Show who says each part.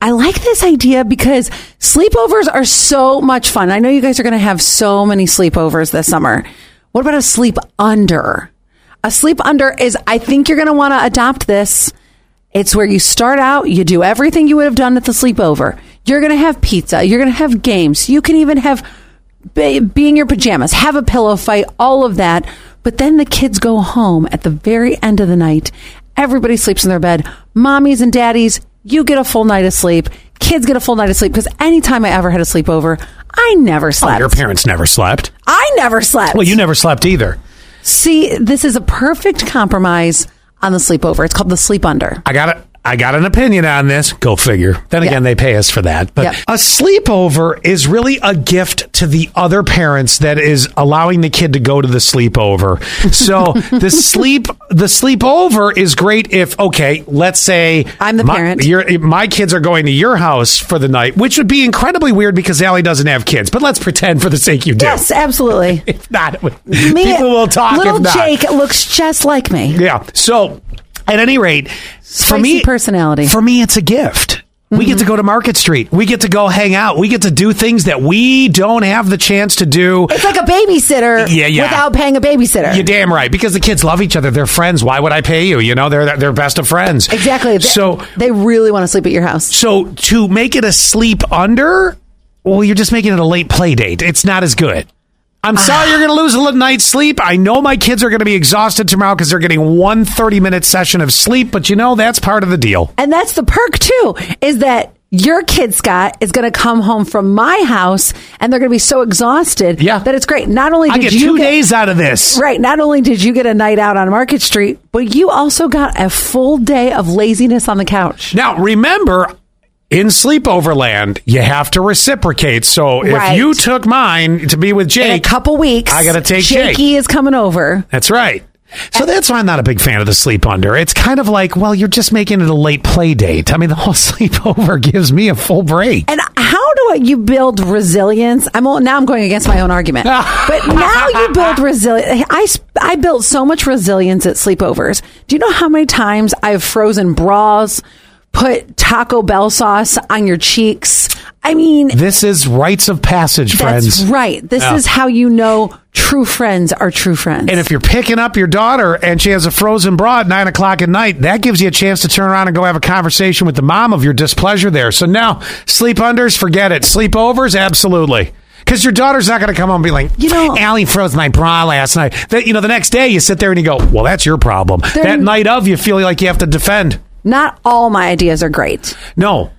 Speaker 1: I like this idea because sleepovers are so much fun. I know you guys are going to have so many sleepovers this summer. What about a sleep under? A sleep under is, I think you're going to want to adopt this. It's where you start out, you do everything you would have done at the sleepover. You're going to have pizza, you're going to have games, you can even have be, be in your pajamas, have a pillow fight, all of that. But then the kids go home at the very end of the night. Everybody sleeps in their bed. Mommies and daddies, you get a full night of sleep. Kids get a full night of sleep because anytime I ever had a sleepover, I never slept.
Speaker 2: Oh, Your parents never slept.
Speaker 1: I never slept.
Speaker 2: Well, you never slept either.
Speaker 1: See, this is a perfect compromise on the sleepover. It's called the sleep under.
Speaker 2: I got it. I got an opinion on this. Go figure. Then
Speaker 1: Yeah.
Speaker 2: again, they pay us for that. But
Speaker 1: Yep.
Speaker 2: a sleepover is really a gift to the other parents that is allowing the kid to go to the sleepover. So the sleep the sleepover is great if okay, let's say
Speaker 1: I'm the
Speaker 2: my,
Speaker 1: parent.
Speaker 2: Your, my kids are going to your house for the night, which would be incredibly weird because Allie doesn't have kids. But let's pretend for the sake you do.
Speaker 1: Yes, absolutely.
Speaker 2: If not,
Speaker 1: Me-
Speaker 2: people will talk.
Speaker 1: Little
Speaker 2: if not.
Speaker 1: Jake looks just like me.
Speaker 2: Yeah. So, at any rate, for
Speaker 1: Spicy
Speaker 2: me,
Speaker 1: personality. Mm-hmm.
Speaker 2: For me, it's a gift. We get to go to Market Street. We get to go hang out. We get to do things that we don't have the chance to do.
Speaker 1: It's like a babysitter
Speaker 2: Yeah, yeah.
Speaker 1: without paying a babysitter.
Speaker 2: You're damn right because the kids love each other. They're friends. Why would I pay you? You know, they're they're best of friends.
Speaker 1: Exactly. They-
Speaker 2: So
Speaker 1: they really want to sleep at your house.
Speaker 2: so to make it a sleep under, well, you're just making it a late play date. It's not as good.
Speaker 1: Ah.
Speaker 2: I'm sorry you're going to lose a little night's sleep. I know my kids are going to be exhausted tomorrow because they're getting one 30 minute session of sleep, but you know, that's part of the deal.
Speaker 1: And that's the perk too, is that your kid Scott is going to come home from my house, and they're going to be so exhausted
Speaker 2: Yeah.
Speaker 1: that it's great. Not only
Speaker 2: I
Speaker 1: did
Speaker 2: get
Speaker 1: you
Speaker 2: two
Speaker 1: get,
Speaker 2: days out of this.
Speaker 1: right, not only did you get a night out on Market Street, but you also got a full day of laziness on the couch.
Speaker 2: Now, remember, in sleepover land, you have to reciprocate. So if
Speaker 1: Right.
Speaker 2: you took mine to be with
Speaker 1: In a
Speaker 2: Jake,
Speaker 1: couple weeks,
Speaker 2: I gotta take Jake.
Speaker 1: Jakey is coming over.
Speaker 2: That's right. So that's why I'm not a big fan of the sleep under. It's kind of like, well, you're just making it a late play date. I mean, the whole sleepover gives me a full break.
Speaker 1: And how do I- you build resilience? I'm all, now I'm going against my own argument, but now you build resilience. I s- I built so much resilience at sleepovers. Do you know how many times I've frozen bras, put Taco Bell sauce on your cheeks? I mean,
Speaker 2: This is rites of passage,
Speaker 1: that's
Speaker 2: friends.
Speaker 1: right. This
Speaker 2: Yeah.
Speaker 1: is how you know true friends are true friends.
Speaker 2: And if you're picking up your daughter and she has a frozen bra at nine o'clock at night, that gives you a chance to turn around and go have a conversation with the mom of your displeasure there. So now, sleep unders, forget it. Sleepovers, absolutely. Because your daughter's not going to come home and be like,
Speaker 1: You know-
Speaker 2: Allie froze my bra last night. That, you know, the next day you sit there and you go, well, that's your problem.
Speaker 1: There-
Speaker 2: that night of, you feel like you have to defend.
Speaker 1: Not all my ideas are great.
Speaker 2: No.